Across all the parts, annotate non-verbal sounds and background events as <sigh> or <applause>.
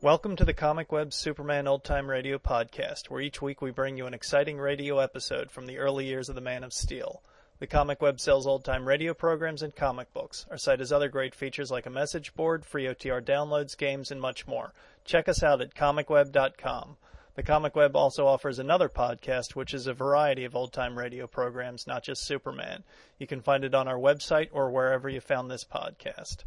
Welcome to the Comic Web Superman Old Time Radio podcast, where each week we bring you an exciting radio episode from the early years of the Man of Steel. The Comic Web sells old time radio programs and comic books. Our site has other great features like a message board, free OTR downloads, games, and much more. Check us out at comicweb.com. The Comic Web also offers another podcast, which is a variety of old time radio programs, not just Superman. You can find it on our website or wherever you found this podcast.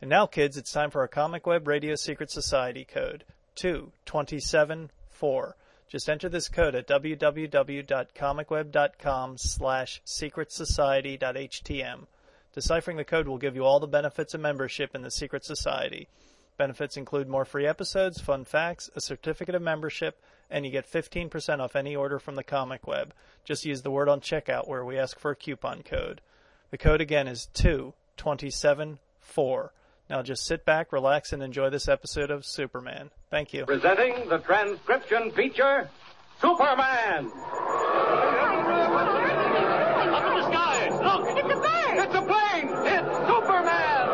And now, kids, it's time for our Comic Web Radio Secret Society code 2274. Just enter this code at www.comicweb.com slash secretsociety.htm. Deciphering the code will give you all the benefits of membership in the Secret Society. Benefits include more free episodes, fun facts, a certificate of membership, and you get 15% off any order from the Comic Web. Just use the word on checkout where we ask for a coupon code. The code again is 2274. Now just sit back, relax, and enjoy this episode of Superman. Thank you. Presenting the transcription feature, Superman! Up in the sky! Look! It's a plane! It's a plane! It's Superman!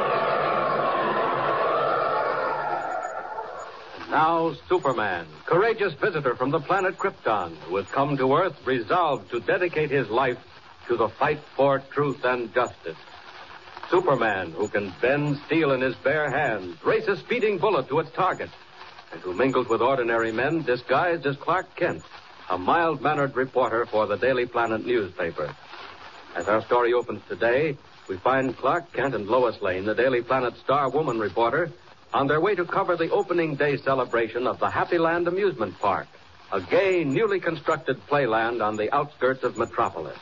Now Superman, courageous visitor from the planet Krypton, who has come to Earth resolved to dedicate his life to the fight for truth and justice. Superman, who can bend steel in his bare hands, race a speeding bullet to its target, and who mingles with ordinary men disguised as Clark Kent, a mild mannered reporter for the Daily Planet newspaper. As our story opens today, we find Clark Kent and Lois Lane, the Daily Planet star woman reporter, on their way to cover the opening day celebration of the Happy Land Amusement Park, a gay, newly constructed playland on the outskirts of Metropolis.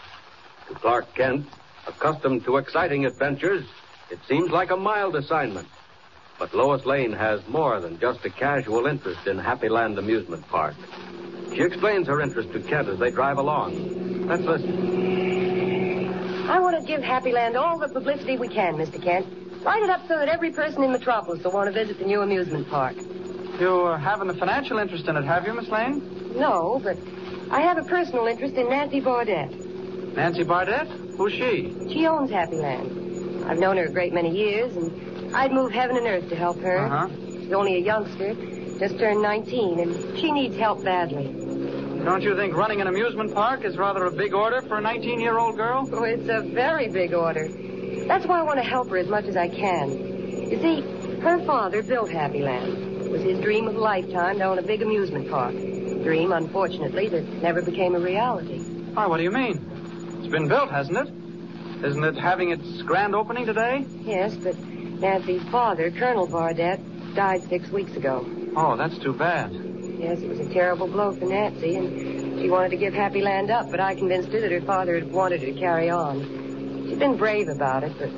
To Clark Kent, accustomed to exciting adventures, it seems like a mild assignment. But Lois Lane has more than just a casual interest in Happy Land Amusement Park. She explains her interest to Kent as they drive along. Let's listen. I want to give Happy Land all the publicity we can, Mr. Kent. Light it up so that every person in Metropolis will want to visit the new amusement park. You uh, haven't a financial interest in it, have you, Miss Lane? No, but I have a personal interest in Nancy Baudet. Nancy Bardet? Who's she? She owns Happy Land. I've known her a great many years, and I'd move heaven and earth to help her. Uh-huh. She's only a youngster, just turned 19, and she needs help badly. Don't you think running an amusement park is rather a big order for a 19-year-old girl? Oh, it's a very big order. That's why I want to help her as much as I can. You see, her father built Happy Land. It was his dream of a lifetime to own a big amusement park. Dream, unfortunately, that never became a reality. Why, what do you mean? It's been built, hasn't it? Isn't it having its grand opening today? Yes, but Nancy's father, Colonel Bardet, died six weeks ago. Oh, that's too bad. Yes, it was a terrible blow for Nancy, and she wanted to give Happy Land up, but I convinced her that her father had wanted her to carry on. She's been brave about it, but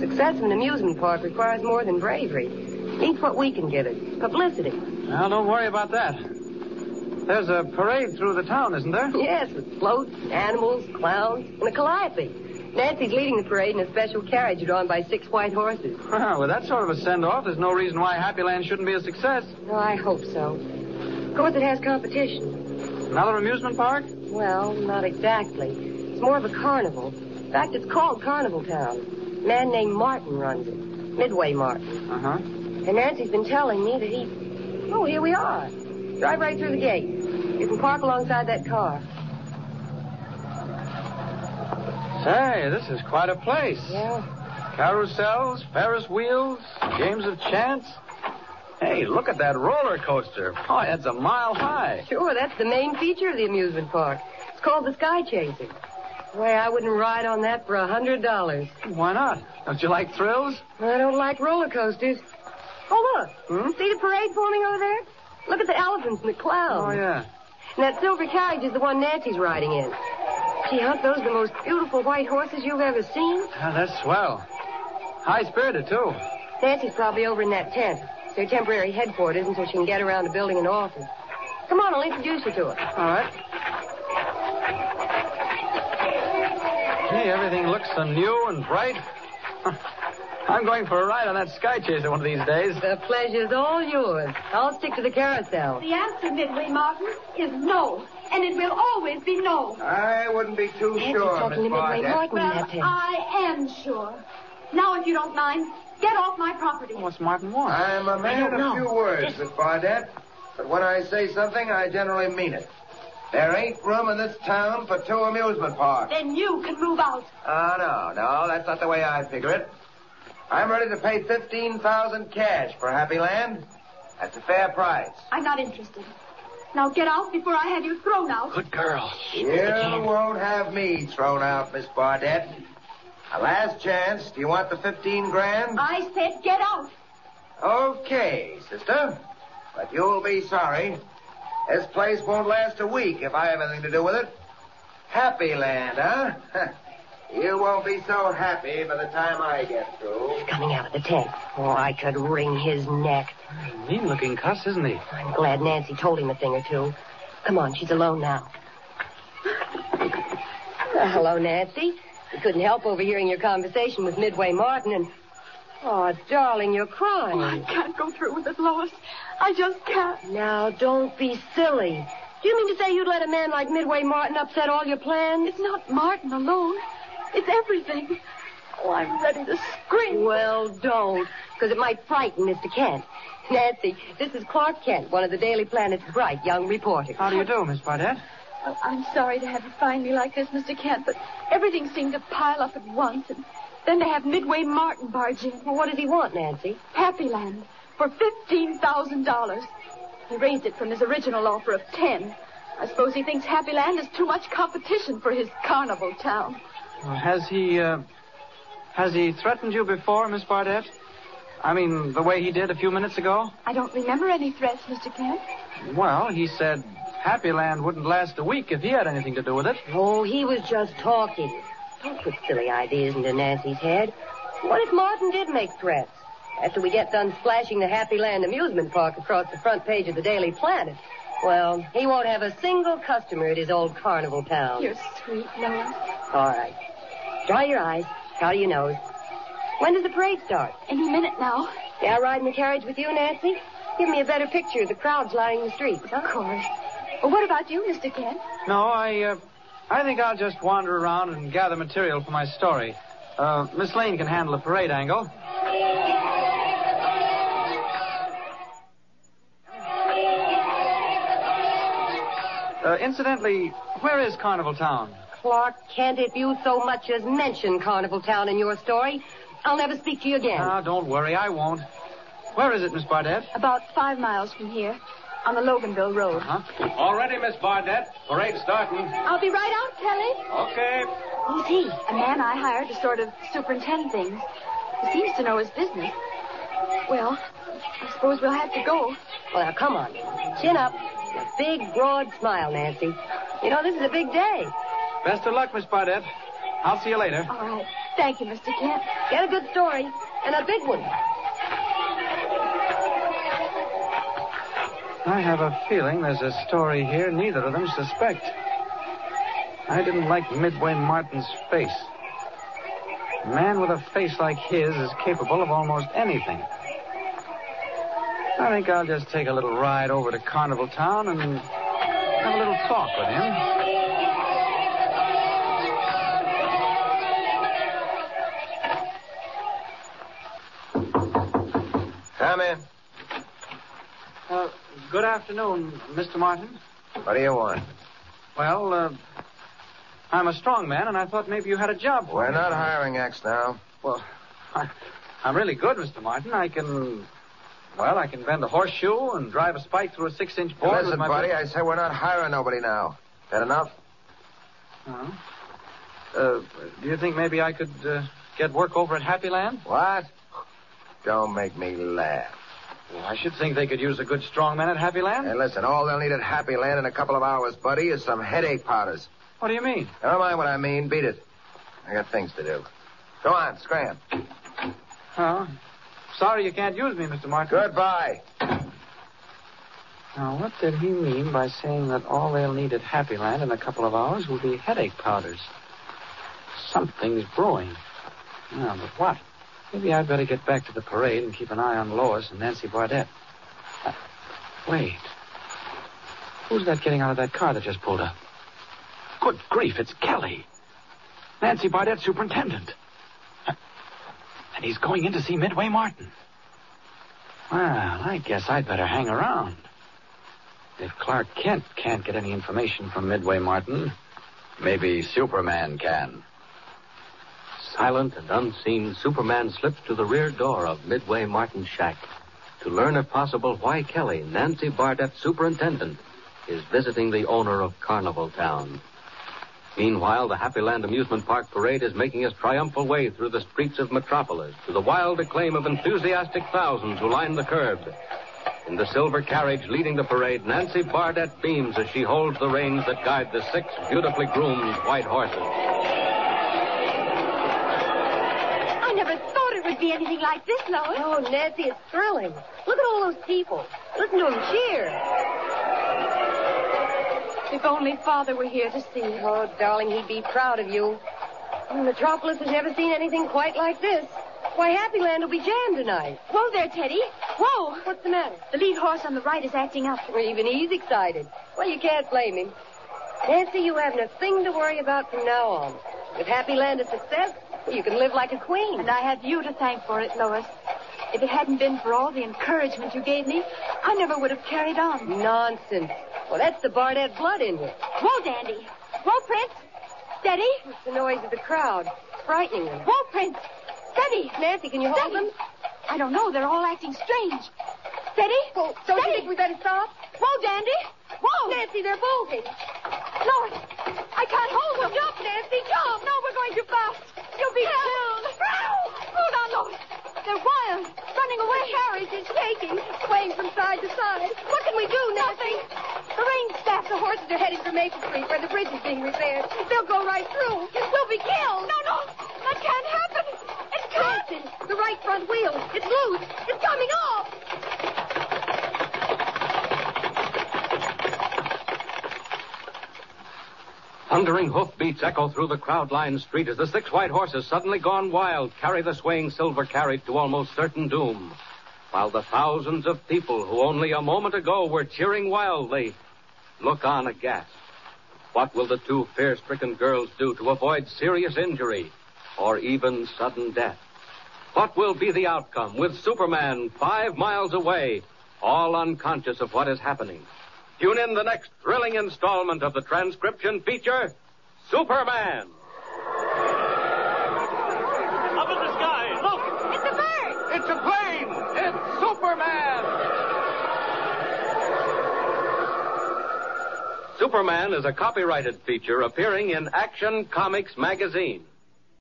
success in an amusement park requires more than bravery. Needs what we can give it publicity. <laughs> Well, don't worry about that. There's a parade through the town, isn't there? Yes, with floats, animals, clowns, and a calliope. Nancy's leading the parade in a special carriage drawn by six white horses. Well, with that sort of a send-off, there's no reason why Happy Land shouldn't be a success. Oh, I hope so. Of course, it has competition. Another amusement park? Well, not exactly. It's more of a carnival. In fact, it's called Carnival Town. A man named Martin runs it. Midway Martin. Uh-huh. And Nancy's been telling me that he... Oh, here we are. Drive right through the gate. You can park alongside that car. Say, this is quite a place. Yeah. Carousels, Ferris wheels, games of chance. Hey, look at that roller coaster. Boy, that's a mile high. Sure, that's the main feature of the amusement park. It's called the Sky Chaser. Why, I wouldn't ride on that for a hundred dollars. Why not? Don't you like thrills? I don't like roller coasters. Oh, look. Hmm? See the parade forming over there? Look at the elephants and the clowns. Oh, yeah. And that silver carriage is the one Nancy's riding in. Gee, aren't those the most beautiful white horses you've ever seen? Ah, that's swell. High-spirited, too. Nancy's probably over in that tent. It's her temporary headquarters until she can get around to building an office. Come on, I'll introduce you to her. All right. Gee, everything looks so new and bright. I'm going for a ride on that sky chaser one of these days. The pleasure's all yours. I'll stick to the carousel. The answer, Midway Martin, is no. And it will always be no. Oh, I wouldn't be too Nancy's sure, talking Miss to Midway Barnett. Martin in well, that tent. I am sure. Now, if you don't mind, Get off my property. What's Martin want? I'm a man of know. few words, Miss Barnett, but when I say something, I generally mean it. There ain't room in this town for two amusement parks. Then you can move out. Oh, no, no, that's not the way I figure it. I'm ready to pay 15000 cash for Happy Land. That's a fair price. I'm not interested. Now get out before I have you thrown out. Good girl. You won't have me thrown out, Miss Barnett. A last chance. Do you want the 15 grand? I said get out. Okay, sister. But you'll be sorry. This place won't last a week if I have anything to do with it. Happy land, huh? <laughs> you won't be so happy by the time I get through. Coming out of the tent. Oh, I could wring his neck. Mean looking cuss, isn't he? I'm glad Nancy told him a thing or two. Come on, she's alone now. Well, hello, Nancy. We couldn't help overhearing your conversation with Midway Martin and. Oh, darling, you're crying. I can't go through with it, Lois. I just can't. Now, don't be silly. Do you mean to say you'd let a man like Midway Martin upset all your plans? It's not Martin alone. It's everything. Oh, I'm ready to scream. Well, don't, because it might frighten Mr. Kent. Nancy, this is Clark Kent, one of the Daily Planet's bright young reporters. How do you do, Miss Barnett? Well, I'm sorry to have you find me like this, Mr. Kent, but everything seemed to pile up at once, and then to have Midway Martin barge in. Well, what does he want, Nancy? Happy Land for fifteen thousand dollars. He raised it from his original offer of ten. I suppose he thinks Happy Land is too much competition for his carnival town. Well, has he, uh, has he threatened you before, Miss Barnett? I mean, the way he did a few minutes ago? I don't remember any threats, Mr. Kent. Well, he said Happy Land wouldn't last a week if he had anything to do with it. Oh, he was just talking. Don't put silly ideas into Nancy's head. What if Martin did make threats? After we get done splashing the Happy Land amusement park across the front page of the Daily Planet, well, he won't have a single customer at his old carnival town. You're sweet, Lois. All right. Dry your eyes. Powder your nose. When does the parade start? Any minute now. May I ride in the carriage with you, Nancy? Give me a better picture of the crowds lining the streets. Of course. Well, what about you, Mr. Kent? No, I, uh, I think I'll just wander around and gather material for my story. Uh, Miss Lane can handle the parade angle. Uh, incidentally, where is Carnival Town? Clark Kent, if you so much as mention Carnival Town in your story, I'll never speak to you again. Ah, don't worry, I won't. Where is it, Miss Barnett? About five miles from here, on the Loganville Road. Huh? All ready, Miss Barnett. Parade starting. I'll be right out, Kelly. Okay. Who's he? A man I hired to sort of superintend things. He seems to know his business. Well, I suppose we'll have to go. Well, now, come on. Chin up. A big, broad smile, Nancy. You know, this is a big day. Best of luck, Miss Barnett. I'll see you later. All right. Thank you, Mr. Kent. Get a good story, and a big one. I have a feeling there's a story here neither of them suspect. I didn't like Midway Martin's face. A man with a face like his is capable of almost anything. I think I'll just take a little ride over to Carnival Town and have a little talk with him. Come in. Uh, good afternoon, Mr. Martin. What do you want? Well, uh, I'm a strong man, and I thought maybe you had a job for We're me. not hiring X now. Well, I, I'm really good, Mr. Martin. I can, well, I can bend a horseshoe and drive a spike through a six-inch board. Listen, with my buddy, I said we're not hiring nobody now. That enough? Huh? Uh-huh. Uh, do you think maybe I could uh, get work over at Happy Land? What? Don't make me laugh. Well, I should think they could use a good strong man at Happy Land. Hey, listen, all they'll need at Happy Land in a couple of hours, buddy, is some headache powders. What do you mean? Never mind what I mean. Beat it. I got things to do. Go on, scram. Huh? Sorry you can't use me, Mr. Martin. Goodbye. Now, what did he mean by saying that all they'll need at Happy Land in a couple of hours will be headache powders? Something's brewing. Yeah, but what? Maybe I'd better get back to the parade and keep an eye on Lois and Nancy Barnett. Uh, wait. Who's that getting out of that car that just pulled up? Good grief, it's Kelly. Nancy Barnett, superintendent. Uh, And he's going in to see Midway Martin. Well, I guess I'd better hang around. If Clark Kent can't get any information from Midway Martin, Maybe Superman can. Silent and unseen, Superman slipped to the rear door of Midway Martin's shack to learn, if possible, why Kelly, Nancy Bardet, superintendent, is visiting the owner of Carnival Town. Meanwhile, the Happy Land Amusement Park Parade is making its triumphal way through the streets of Metropolis to the wild acclaim of enthusiastic thousands who line the curbs. In the silver carriage leading the parade, Nancy Bardet beams as she holds the reins that guide the six beautifully groomed white horses. I never thought it would be anything like this, Lois. Oh, Nancy, it's thrilling. Look at all those people. Listen to them cheer. If only Father were here to see. Oh, darling, he'd be proud of you. Metropolis has never seen anything quite like this. Why, Happy Land will be jammed tonight. Whoa there, Teddy. Whoa. What's the matter? The lead horse on the right is acting up. Well, even he's excited. Well, you can't blame him. Nancy, you haven't a thing to worry about from now on. With Happy Land a success, you can live like a queen. And I have you to thank for it, Lois. If it hadn't been for all the encouragement you gave me, I never would have carried on. Nonsense. Well, that's the Barnett blood in you. Whoa, Dandy. Whoa, Prince. Steady. It's the noise of the crowd. It's frightening them. Whoa, Prince. Steady. Nancy, can you hold Steady. them? I don't know. They're all acting strange. Steady. Well, don't Steady. you think we better stop? Whoa, Dandy. Whoa. Nancy, they're bolting. Lois, I can't hold them. Jump, Nancy. Jump. No, we're going too fast. You'll be killed. Hold on, Lois. They're wild. Running away. The carriage is shaking. Swaying from side to side. What can we do, Nancy? The reins staff. The horses are headed for Maple Street where the bridge is being repaired. They'll go right through. We'll be killed. No, no. That can't happen. It can't. the right front wheel. It's loose. It's coming off. Thundering hoofbeats echo through the crowd-lined street as the six white horses, suddenly gone wild, carry the swaying silver carriage to almost certain doom. While the thousands of people who only a moment ago were cheering wildly look on aghast. What will the two fear-stricken girls do to avoid serious injury or even sudden death? What will be the outcome with Superman five miles away, all unconscious of what is happening? Tune in the next thrilling installment of the transcription feature, Superman. Up in the sky, look! It's a bird. It's a plane! It's Superman! Superman is a copyrighted feature appearing in Action Comics magazine.